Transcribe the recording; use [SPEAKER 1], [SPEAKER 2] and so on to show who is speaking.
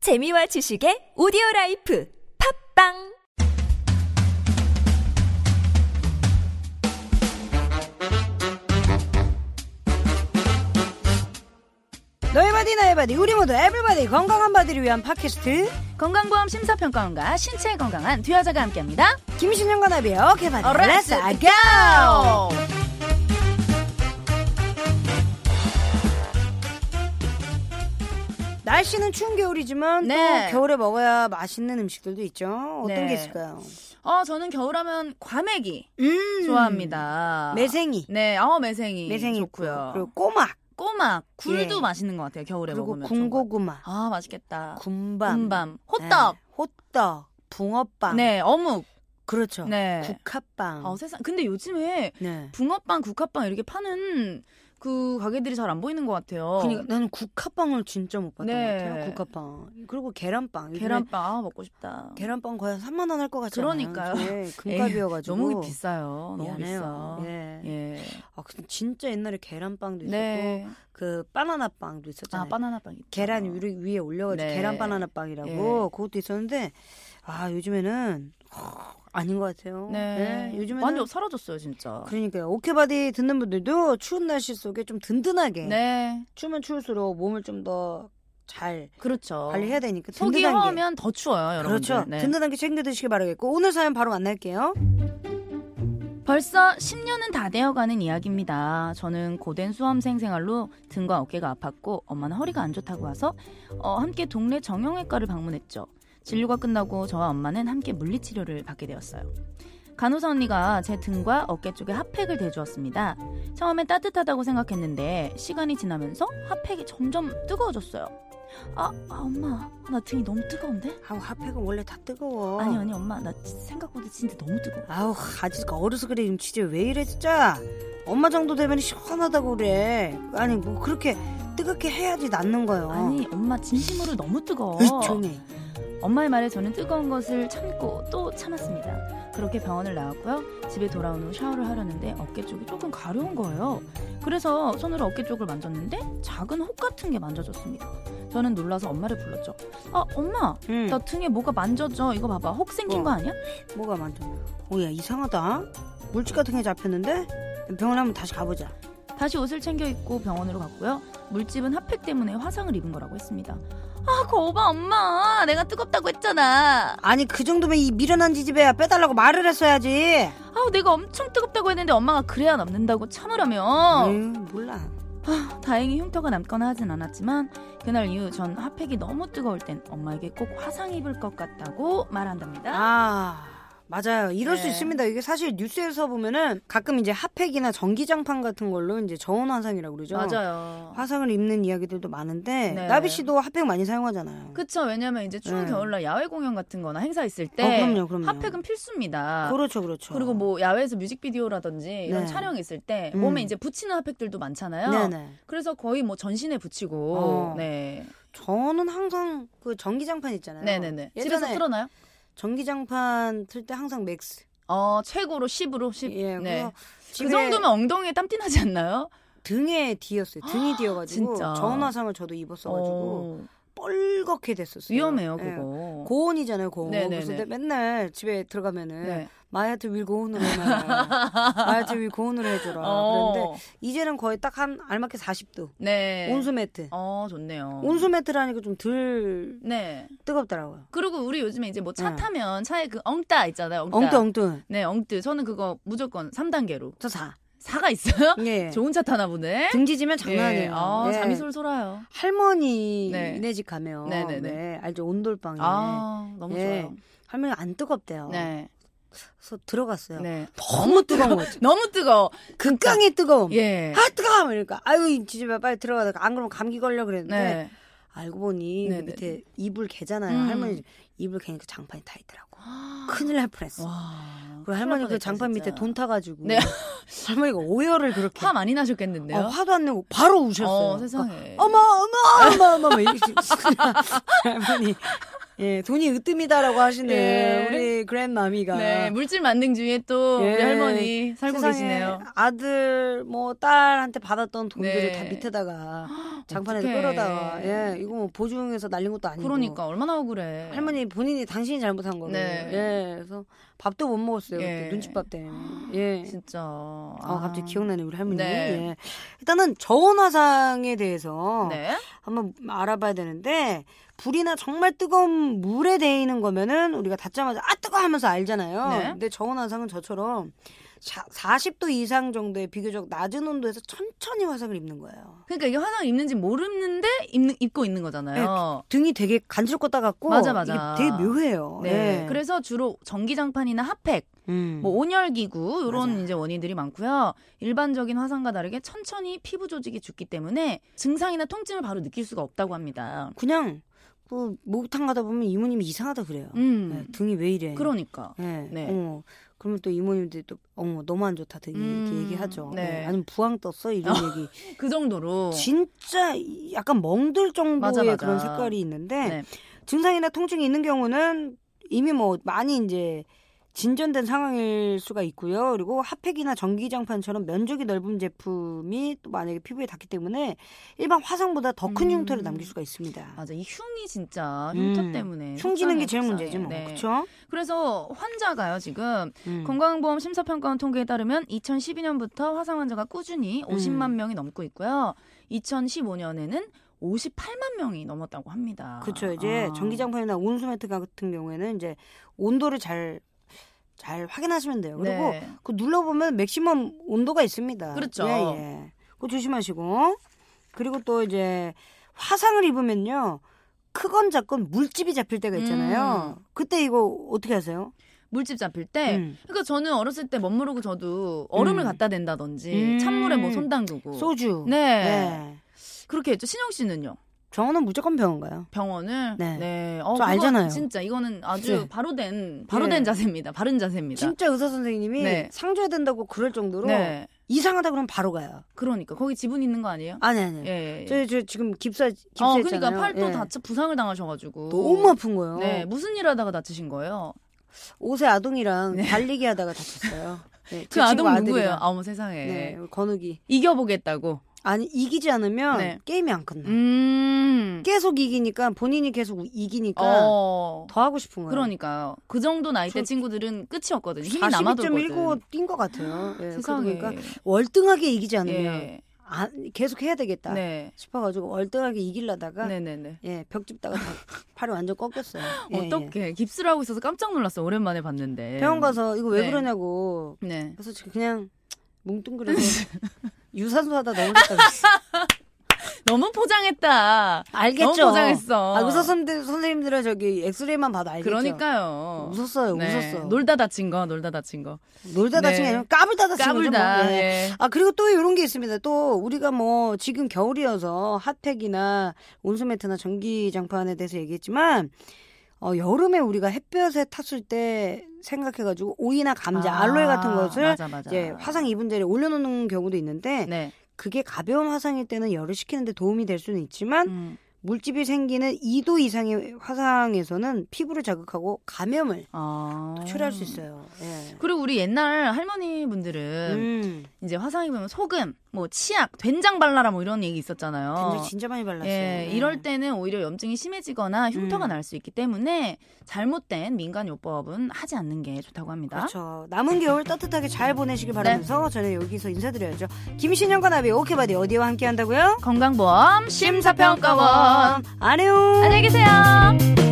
[SPEAKER 1] 재미와 지식의 오디오 라이프 팝빵
[SPEAKER 2] 너의 바디 나의 바디 우리 모두 에브리바디 건강한 바디를 위한 팟캐스트
[SPEAKER 3] 건강보험 심사평가원과 신체에 건강한 두 여자가 함께합니다.
[SPEAKER 2] 김신영과 나비의 오케이 바디
[SPEAKER 3] Alright,
[SPEAKER 2] 렛츠 고! 날씨는 추운 겨울이지만
[SPEAKER 3] 네.
[SPEAKER 2] 또 겨울에 먹어야 맛있는 음식들도 있죠. 어떤
[SPEAKER 3] 네.
[SPEAKER 2] 게 있을까요?
[SPEAKER 3] 어, 저는 겨울하면 과메기
[SPEAKER 2] 음.
[SPEAKER 3] 좋아합니다.
[SPEAKER 2] 매생이.
[SPEAKER 3] 네, 어 매생이,
[SPEAKER 2] 매생이
[SPEAKER 3] 좋고요.
[SPEAKER 2] 그리고 꼬막.
[SPEAKER 3] 꼬막 굴도
[SPEAKER 2] 예.
[SPEAKER 3] 맛있는 것 같아요. 겨울에
[SPEAKER 2] 그리고
[SPEAKER 3] 먹으면 좋은 것
[SPEAKER 2] 군고구마.
[SPEAKER 3] 같아요. 아 맛있겠다.
[SPEAKER 2] 군밤.
[SPEAKER 3] 군밤,
[SPEAKER 2] 네,
[SPEAKER 3] 호떡,
[SPEAKER 2] 호떡. 붕어빵.
[SPEAKER 3] 네, 어묵,
[SPEAKER 2] 그렇죠.
[SPEAKER 3] 네.
[SPEAKER 2] 국화빵.
[SPEAKER 3] 어 세상. 근데 요즘에
[SPEAKER 2] 네.
[SPEAKER 3] 붕어빵, 국화빵 이렇게 파는 그 가게들이 잘 안 보이는 것 같아요.
[SPEAKER 2] 그러니까 나는 국화빵을 진짜 못 봤던
[SPEAKER 3] 어. 네.
[SPEAKER 2] 것 같아요. 국화빵. 그리고 계란빵. 요즘에
[SPEAKER 3] 계란빵 아, 먹고 싶다.
[SPEAKER 2] 계란빵 거의 한 3만 원 할 것 같아요.
[SPEAKER 3] 그러니까요.
[SPEAKER 2] 금값이어가지고
[SPEAKER 3] 너무 비싸요. 너무
[SPEAKER 2] 미안해요.
[SPEAKER 3] 비싸.
[SPEAKER 2] 예.
[SPEAKER 3] 예.
[SPEAKER 2] 아 근데 진짜 옛날에 계란빵도 있었고
[SPEAKER 3] 네.
[SPEAKER 2] 그 바나나 빵도 있었잖아요.
[SPEAKER 3] 아 바나나 빵. 있다.
[SPEAKER 2] 계란 위로, 위에 올려가지고
[SPEAKER 3] 네.
[SPEAKER 2] 계란 바나나 빵이라고
[SPEAKER 3] 예.
[SPEAKER 2] 그것도 있었는데 아 요즘에는 허, 아닌 것 같아요.
[SPEAKER 3] 네.
[SPEAKER 2] 예, 요즘에는
[SPEAKER 3] 완전 사라졌어요 진짜.
[SPEAKER 2] 그러니까요. 오케바디 듣는 분들도 추운 날씨 속에 좀 든든하게
[SPEAKER 3] 네.
[SPEAKER 2] 추우면 추울수록 몸을 좀 더 잘
[SPEAKER 3] 그렇죠.
[SPEAKER 2] 관리해야 되니까
[SPEAKER 3] 속이
[SPEAKER 2] 든든한 게
[SPEAKER 3] 허하면 더 추워요, 여러분.
[SPEAKER 2] 그렇죠.
[SPEAKER 3] 네.
[SPEAKER 2] 든든한 게 챙겨 드시길 바라겠고 오늘 사연 바로 만날게요.
[SPEAKER 3] 벌써 10년은 다 되어가는 이야기입니다. 저는 고된 수험생 생활로 등과 어깨가 아팠고 엄마는 허리가 안 좋다고 와서 어, 함께 동네 정형외과를 방문했죠. 진료가 끝나고 저와 엄마는 함께 물리치료를 받게 되었어요. 간호사 언니가 제 등과 어깨 쪽에 핫팩을 대주었습니다. 처음엔 따뜻하다고 생각했는데 시간이 지나면서 핫팩이 점점 뜨거워졌어요. 아, 아 엄마 나 등이 너무 뜨거운데?
[SPEAKER 2] 아우 핫팩은 원래 다 뜨거워.
[SPEAKER 3] 아니 아니 엄마 나 진- 생각보다 진짜 너무 뜨거워.
[SPEAKER 2] 아우 아직 어려서 그래 지금 취재 왜 이래 진짜 엄마 정도 되면 시원하다고 그래 아니 뭐 그렇게 뜨겁게 해야지 낫는 거예요
[SPEAKER 3] 아니 어. 엄마 진심으로 너무 뜨거워.
[SPEAKER 2] 이 종이
[SPEAKER 3] 엄마의 말에 저는 뜨거운 것을 참고 또 참았습니다. 그렇게 병원을 나왔고요. 집에 돌아온 후 샤워를 하려는데 어깨 쪽이 조금 가려운 거예요. 그래서 손으로 어깨 쪽을 만졌는데 작은 혹 같은 게 만져졌습니다. 저는 놀라서 엄마를 불렀죠. 아 엄마
[SPEAKER 2] 응.
[SPEAKER 3] 나 등에 뭐가 만져져 이거 봐봐 혹 생긴
[SPEAKER 2] 어.
[SPEAKER 3] 거 아니야?
[SPEAKER 2] 뭐가 많죠 오야 이상하다 물집 같은 게 잡혔는데 병원 한번 다시 가보자
[SPEAKER 3] 다시 옷을 챙겨 입고 병원으로 갔고요. 물집은 핫팩 때문에 화상을 입은 거라고 했습니다. 아 거봐 엄마 내가 뜨겁다고 했잖아.
[SPEAKER 2] 아니 그 정도면 이 미련한 지지배야 빼달라고 말을 했어야지
[SPEAKER 3] 아우 내가 엄청 뜨겁다고 했는데 엄마가 그래야 남는다고 참으라며.
[SPEAKER 2] 에휴, 몰라
[SPEAKER 3] 다행히 흉터가 남거나 하진 않았지만 그날 이후 전 핫팩이 너무 뜨거울 땐 엄마에게 꼭 화상 입을 것 같다고 말한답니다.
[SPEAKER 2] 아 맞아요. 이럴 수
[SPEAKER 3] 네.
[SPEAKER 2] 있습니다. 이게 사실 뉴스에서 보면은 가끔 이제 핫팩이나 전기장판 같은 걸로 이제 저온 화상이라고 그러죠.
[SPEAKER 3] 맞아요.
[SPEAKER 2] 화상을 입는 이야기들도 많은데
[SPEAKER 3] 네.
[SPEAKER 2] 나비 씨도 핫팩 많이 사용하잖아요.
[SPEAKER 3] 그쵸 왜냐면 이제 추운
[SPEAKER 2] 네.
[SPEAKER 3] 겨울날 야외 공연 같은 거나 행사 있을 때
[SPEAKER 2] 어, 그럼요, 그럼요.
[SPEAKER 3] 핫팩은 필수입니다.
[SPEAKER 2] 렇죠 그렇죠.
[SPEAKER 3] 아. 그리고 뭐 야외에서 뮤직비디오라든지 이런
[SPEAKER 2] 네.
[SPEAKER 3] 촬영 있을 때
[SPEAKER 2] 음.
[SPEAKER 3] 몸에 이제 붙이는 핫팩들도 많잖아요.
[SPEAKER 2] 네네.
[SPEAKER 3] 그래서 거의 뭐 전신에 붙이고
[SPEAKER 2] 어.
[SPEAKER 3] 네.
[SPEAKER 2] 저는 항상 그 전기장판 있잖아요.
[SPEAKER 3] 네네네. 집에서
[SPEAKER 2] 예전에
[SPEAKER 3] 틀어놔요?
[SPEAKER 2] 전기장판 틀 때 항상 맥스.
[SPEAKER 3] 어 최고로 10으로 10.
[SPEAKER 2] 예.
[SPEAKER 3] 네.
[SPEAKER 2] 그래서
[SPEAKER 3] 그
[SPEAKER 2] 집에
[SPEAKER 3] 정도면 엉덩이에 땀띠 나지 않나요?
[SPEAKER 2] 등에 뒤었어요. 등이 뒤어가지고
[SPEAKER 3] 아, 진짜.
[SPEAKER 2] 저온 화상을 저도 입었어가지고
[SPEAKER 3] 어.
[SPEAKER 2] 뻘겋게 됐었어요.
[SPEAKER 3] 위험해요
[SPEAKER 2] 예.
[SPEAKER 3] 그거.
[SPEAKER 2] 고온이잖아요, 고온.
[SPEAKER 3] 네네네.
[SPEAKER 2] 그래서 내- 맨날 집에 들어가면은
[SPEAKER 3] 네.
[SPEAKER 2] 마야트 윌 고온으로 해라. 마야트 윌 고온으로 해줘라. 아, 그런데
[SPEAKER 3] 어.
[SPEAKER 2] 이제는 거의 딱 한 알맞게 40도.
[SPEAKER 3] 네.
[SPEAKER 2] 온수 매트.
[SPEAKER 3] 어 좋네요.
[SPEAKER 2] 온수 매트라니까 좀 덜
[SPEAKER 3] 네.
[SPEAKER 2] 뜨겁더라고요.
[SPEAKER 3] 그리고 우리 요즘에 이제 뭐 차
[SPEAKER 2] 네.
[SPEAKER 3] 타면 차에 그 엉따 있잖아요. 엉따.
[SPEAKER 2] 엉뚱 엉뚱.
[SPEAKER 3] 네 엉뜨. 저는 그거 무조건 3단계로.
[SPEAKER 2] 저 사.
[SPEAKER 3] 4가 있어요?
[SPEAKER 2] 예.
[SPEAKER 3] 좋은 차 타나 보네.
[SPEAKER 2] 등지지면 장난
[SPEAKER 3] 예.
[SPEAKER 2] 아니에요.
[SPEAKER 3] 아
[SPEAKER 2] 예.
[SPEAKER 3] 잠이 솔솔해요.
[SPEAKER 2] 할머니
[SPEAKER 3] 네.
[SPEAKER 2] 네 집 가면
[SPEAKER 3] 네네네.
[SPEAKER 2] 왜 알죠 온돌방에
[SPEAKER 3] 아 너무
[SPEAKER 2] 예. 어,
[SPEAKER 3] 좋아요.
[SPEAKER 2] 할머니 안 뜨겁대요.
[SPEAKER 3] 네.
[SPEAKER 2] 그래서 들어갔어요.
[SPEAKER 3] 네. 그러니까.
[SPEAKER 2] 너무 뜨거운 거죠.
[SPEAKER 3] 너무 뜨거.
[SPEAKER 2] 어, 극강의 뜨거움.
[SPEAKER 3] 예.
[SPEAKER 2] 아 뜨거워 이러니까 아유 이 지지마 빨리 들어가다가 안 그러면 감기 걸려 그랬는데
[SPEAKER 3] 네.
[SPEAKER 2] 알고 보니
[SPEAKER 3] 네네네.
[SPEAKER 2] 밑에 이불 개잖아요
[SPEAKER 3] 음. 아.
[SPEAKER 2] 할머니 집. 이불 개니까 장판이 타 있더라고 큰일 날 뻔했어
[SPEAKER 3] 와.
[SPEAKER 2] 그리고 할머니 그
[SPEAKER 3] 큰일
[SPEAKER 2] 장판
[SPEAKER 3] 날 뻔했다,
[SPEAKER 2] 밑에 돈 타가지고
[SPEAKER 3] 네.
[SPEAKER 2] 할머니가 오열을 그렇게
[SPEAKER 3] 화 많이 나셨겠는데요.
[SPEAKER 2] 어, 화도 안 내고 바로 우셨어요
[SPEAKER 3] 어, 세상에.
[SPEAKER 2] 어머 어머 어머 어머 이렇게 할머니 예, 돈이 으뜸이다라고 하시는
[SPEAKER 3] 예.
[SPEAKER 2] 우리 그랜마미가.
[SPEAKER 3] 네, 물질 만능주의에 또 우리
[SPEAKER 2] 예.
[SPEAKER 3] 할머니 살고
[SPEAKER 2] 세상에
[SPEAKER 3] 계시네요.
[SPEAKER 2] 아들 뭐 딸한테 받았던 돈들을
[SPEAKER 3] 네.
[SPEAKER 2] 다 밑에다가 장판에서
[SPEAKER 3] 어떡해.
[SPEAKER 2] 끌어다가 예 이거 뭐 보증해서 날린 것도 아니고
[SPEAKER 3] 그러니까 얼마나 억울해.
[SPEAKER 2] 할머니 본인이 당신이 잘못한 거예요
[SPEAKER 3] 네.
[SPEAKER 2] 예 그래서 밥도 못 먹었어요
[SPEAKER 3] 예.
[SPEAKER 2] 그때 눈칫밥 때문에 예
[SPEAKER 3] 진짜. 아,
[SPEAKER 2] 아, 갑자기 기억나네 우리 할머니
[SPEAKER 3] 네.
[SPEAKER 2] 예. 일단은 저온화상에 대해서
[SPEAKER 3] 네.
[SPEAKER 2] 한번 알아봐야 되는데 불이나 정말 뜨거운 물에 데이는 거면은 우리가 닿자마자 아 뜨거 하면서 알잖아요.
[SPEAKER 3] 네.
[SPEAKER 2] 근데 저온 화상은 저처럼 자- 40도 이상 정도의 비교적 낮은 온도에서 천천히 화상을 입는 거예요.
[SPEAKER 3] 그러니까 이게 화상 입는지 모르는데 입는, 입고 있는
[SPEAKER 2] 네.
[SPEAKER 3] 거잖아요.
[SPEAKER 2] 등이 되게 간질거다 같고
[SPEAKER 3] 맞아, 맞아.
[SPEAKER 2] 이게 되게 묘해요.
[SPEAKER 3] 네.
[SPEAKER 2] 예.
[SPEAKER 3] 그래서 주로 전기장판이나 핫팩,
[SPEAKER 2] 음.
[SPEAKER 3] 뭐 온열기구 이런
[SPEAKER 2] 맞아요.
[SPEAKER 3] 이제 원인들이 많고요. 일반적인 화상과 다르게 천천히 피부 조직이 죽기 때문에 증상이나 통증을 바로 느낄 수가 없다고 합니다.
[SPEAKER 2] 그냥 그 목욕탕 가다 보면 이모님이 이상하다 그래요.
[SPEAKER 3] 음,
[SPEAKER 2] 예, 등이 왜 이래?
[SPEAKER 3] 그러니까.
[SPEAKER 2] 예.
[SPEAKER 3] 네.
[SPEAKER 2] 어. 그러면 또 이모님들이 또 어머 너무 안 좋다 등이 이렇게
[SPEAKER 3] 음,
[SPEAKER 2] 얘기하죠.
[SPEAKER 3] 네.
[SPEAKER 2] 예. 아니면 부항 떴어 이런 얘기.
[SPEAKER 3] 그 정도로.
[SPEAKER 2] 진짜 이- 약간 멍들 정도의
[SPEAKER 3] 맞아, 맞아.
[SPEAKER 2] 그런 색깔이 있는데
[SPEAKER 3] 네.
[SPEAKER 2] 증상이나 통증이 있는 경우는 이미 뭐 많이 이제 진전된 상황일 수가 있고요. 그리고 핫팩이나 전기장판처럼 면적이 넓은 제품이 또 만약에 피부에 닿기 때문에 일반 화상보다 더 큰
[SPEAKER 3] 음.
[SPEAKER 2] 흉터를 남길 수가 있습니다.
[SPEAKER 3] 맞아. 이 흉이 진짜
[SPEAKER 2] 음,
[SPEAKER 3] 흉터 때문에.
[SPEAKER 2] 흉지는 게 제일
[SPEAKER 3] 속상해요,
[SPEAKER 2] 문제지 뭐,
[SPEAKER 3] 속상해. 네.
[SPEAKER 2] 그렇죠?
[SPEAKER 3] 그래서 환자가요, 지금
[SPEAKER 2] 음.
[SPEAKER 3] 건강보험 심사평가원 통계에 따르면 2012년부터 화상 환자가 꾸준히
[SPEAKER 2] 음.
[SPEAKER 3] 50만 명이 넘고 있고요. 2015년에는 58만 명이 넘었다고 합니다.
[SPEAKER 2] 그렇죠. 이제
[SPEAKER 3] 아.
[SPEAKER 2] 전기장판이나 온수 매트 같은 경우에는 이제 온도를 잘 잘 확인하시면 돼요. 그리고
[SPEAKER 3] 네.
[SPEAKER 2] 그 눌러보면 맥시멈 온도가 있습니다.
[SPEAKER 3] 그렇죠.
[SPEAKER 2] 예, 예. 그거 조심하시고. 그리고 또 이제 화상을 입으면요. 크건 작건 물집이 잡힐 때가 있잖아요.
[SPEAKER 3] 음.
[SPEAKER 2] 그때 이거 어떻게 하세요?
[SPEAKER 3] 물집 잡힐 때.
[SPEAKER 2] 음.
[SPEAKER 3] 그러니까 저는 어렸을 때 멋모르고 저도 얼음을
[SPEAKER 2] 음.
[SPEAKER 3] 갖다 댄다든지
[SPEAKER 2] 음.
[SPEAKER 3] 찬물에 뭐 손 담그고.
[SPEAKER 2] 소주.
[SPEAKER 3] 네.
[SPEAKER 2] 네.
[SPEAKER 3] 그렇게 했죠. 신영 씨는요?
[SPEAKER 2] 정원은 무조건 병원 가요.
[SPEAKER 3] 병원을.
[SPEAKER 2] 네.
[SPEAKER 3] 어,
[SPEAKER 2] 저
[SPEAKER 3] 그건
[SPEAKER 2] 알잖아요.
[SPEAKER 3] 진짜 이거는 아주
[SPEAKER 2] 네.
[SPEAKER 3] 바로 된 바로
[SPEAKER 2] 네.
[SPEAKER 3] 된 자세입니다. 바른 자세입니다.
[SPEAKER 2] 진짜 의사 선생님이
[SPEAKER 3] 그러니까. 네.
[SPEAKER 2] 상줘야 된다고 그럴 정도로
[SPEAKER 3] 네.
[SPEAKER 2] 이상하다 그러면 바로 가요.
[SPEAKER 3] 그러니까 거기 지분 있는 거 아니에요?
[SPEAKER 2] 아니 아니. 요
[SPEAKER 3] 예. 예.
[SPEAKER 2] 저, 저 지금 깁사 깁사
[SPEAKER 3] 어,
[SPEAKER 2] 했잖아요.
[SPEAKER 3] 그러니까 팔도
[SPEAKER 2] 예.
[SPEAKER 3] 다쳐 부상을 당하셔가지고
[SPEAKER 2] 너무 아픈 거예요.
[SPEAKER 3] 네, 무슨 일 하다가 다치신 거예요?
[SPEAKER 2] 옷에 아동이랑
[SPEAKER 3] 네.
[SPEAKER 2] 달리기 하다가 다쳤어요. 네, 제
[SPEAKER 3] 그 아동
[SPEAKER 2] 친구 아들이랑.
[SPEAKER 3] 누구예요? 아, 어머 세상에
[SPEAKER 2] 네, 건욱이.
[SPEAKER 3] 이겨보겠다고.
[SPEAKER 2] 아니 이기지 않으면
[SPEAKER 3] 네.
[SPEAKER 2] 게임이 안 끝나. 요
[SPEAKER 3] 음,
[SPEAKER 2] 계속 이기니까 본인이 계속 우- 이기니까
[SPEAKER 3] 어,
[SPEAKER 2] 더 하고 싶은 거예요.
[SPEAKER 3] 그러니까요. 그 정도 나이 때
[SPEAKER 2] 네. 저-
[SPEAKER 3] 친구들은 끝이 없거든요. 힘이 남아돌거든.
[SPEAKER 2] 42.19 뛴 것 같아요. 예,
[SPEAKER 3] 세상에.
[SPEAKER 2] 그러니까 월등하게 이기지 않으면
[SPEAKER 3] 예.
[SPEAKER 2] 아, 계속 해야 되겠다
[SPEAKER 3] 네,
[SPEAKER 2] 싶어가지고 월등하게 이기려다가
[SPEAKER 3] 네, 네, 네.
[SPEAKER 2] 예, 벽 짚다가 다 팔이 완전 꺾였어요. 예, 예.
[SPEAKER 3] 어떻게 깁스를 하고 있어서 깜짝 놀랐어. 오랜만에 봤는데.
[SPEAKER 2] 병원 가서 이거 왜
[SPEAKER 3] 네.
[SPEAKER 2] 그러냐고
[SPEAKER 3] 네.
[SPEAKER 2] 그래서 지금 그냥 뭉뚱그려서 유산소 하다 넘어졌다 그랬어.
[SPEAKER 3] 너무 포장했다.
[SPEAKER 2] 알겠죠?
[SPEAKER 3] 너무 포장했어.
[SPEAKER 2] 아, 의사 선생님- 선생님들은 저기 엑스레이만 봐도 알겠죠.
[SPEAKER 3] 그러니까요.
[SPEAKER 2] 웃었어요,
[SPEAKER 3] 네.
[SPEAKER 2] 웃었어요.
[SPEAKER 3] 놀다 다친 거, 놀다 다친 거.
[SPEAKER 2] 놀다
[SPEAKER 3] 네.
[SPEAKER 2] 다친 게 아니라 까불다 다친
[SPEAKER 3] 까불다.
[SPEAKER 2] 거죠. 뭐. 예.
[SPEAKER 3] 예.
[SPEAKER 2] 아 그리고 또 이런 게 있습니다. 또 우리가 뭐 지금 겨울이어서 핫팩이나 온수매트나 전기장판에 대해서 얘기했지만 어, 여름에 우리가 햇볕에 탔을 때 생각해가지고 오이나 감자,
[SPEAKER 3] 아,
[SPEAKER 2] 아, 알로에 같은 것을
[SPEAKER 3] 맞아, 맞아.
[SPEAKER 2] 이제 화상 입은 자리에 올려놓는 경우도 있는데
[SPEAKER 3] 네.
[SPEAKER 2] 그게 가벼운 화상일 때는 열을 식히는데 도움이 될 수는 있지만
[SPEAKER 3] 음.
[SPEAKER 2] 물집이 생기는 2도 이상의 화상에서는 피부를 자극하고 감염을
[SPEAKER 3] 아.
[SPEAKER 2] 또 초래할 수 있어요. 예.
[SPEAKER 3] 그리고 우리 옛날 할머니 분들은
[SPEAKER 2] 음,
[SPEAKER 3] 이제 화상 입으면 소금, 뭐 치약, 된장 발라라 뭐 이런 얘기 있었잖아요.
[SPEAKER 2] 굉장히 진짜 많이 발랐어요. 네.
[SPEAKER 3] 예, 이럴 때는 오히려 염증이 심해지거나 흉터가
[SPEAKER 2] 음.
[SPEAKER 3] 날 수 있기 때문에 잘못된 민간 요법은 하지 않는 게 좋다고 합니다.
[SPEAKER 2] 그렇죠. 남은 겨울 따뜻하게 잘
[SPEAKER 3] 네.
[SPEAKER 2] 보내시길 바라면서 저는 여기서 인사드려야죠. 김신영과 나비 오케바디 어디와 함께 한다고요?
[SPEAKER 3] 건강보험 심사평가원
[SPEAKER 2] 안녕.
[SPEAKER 3] 안녕히 계세요.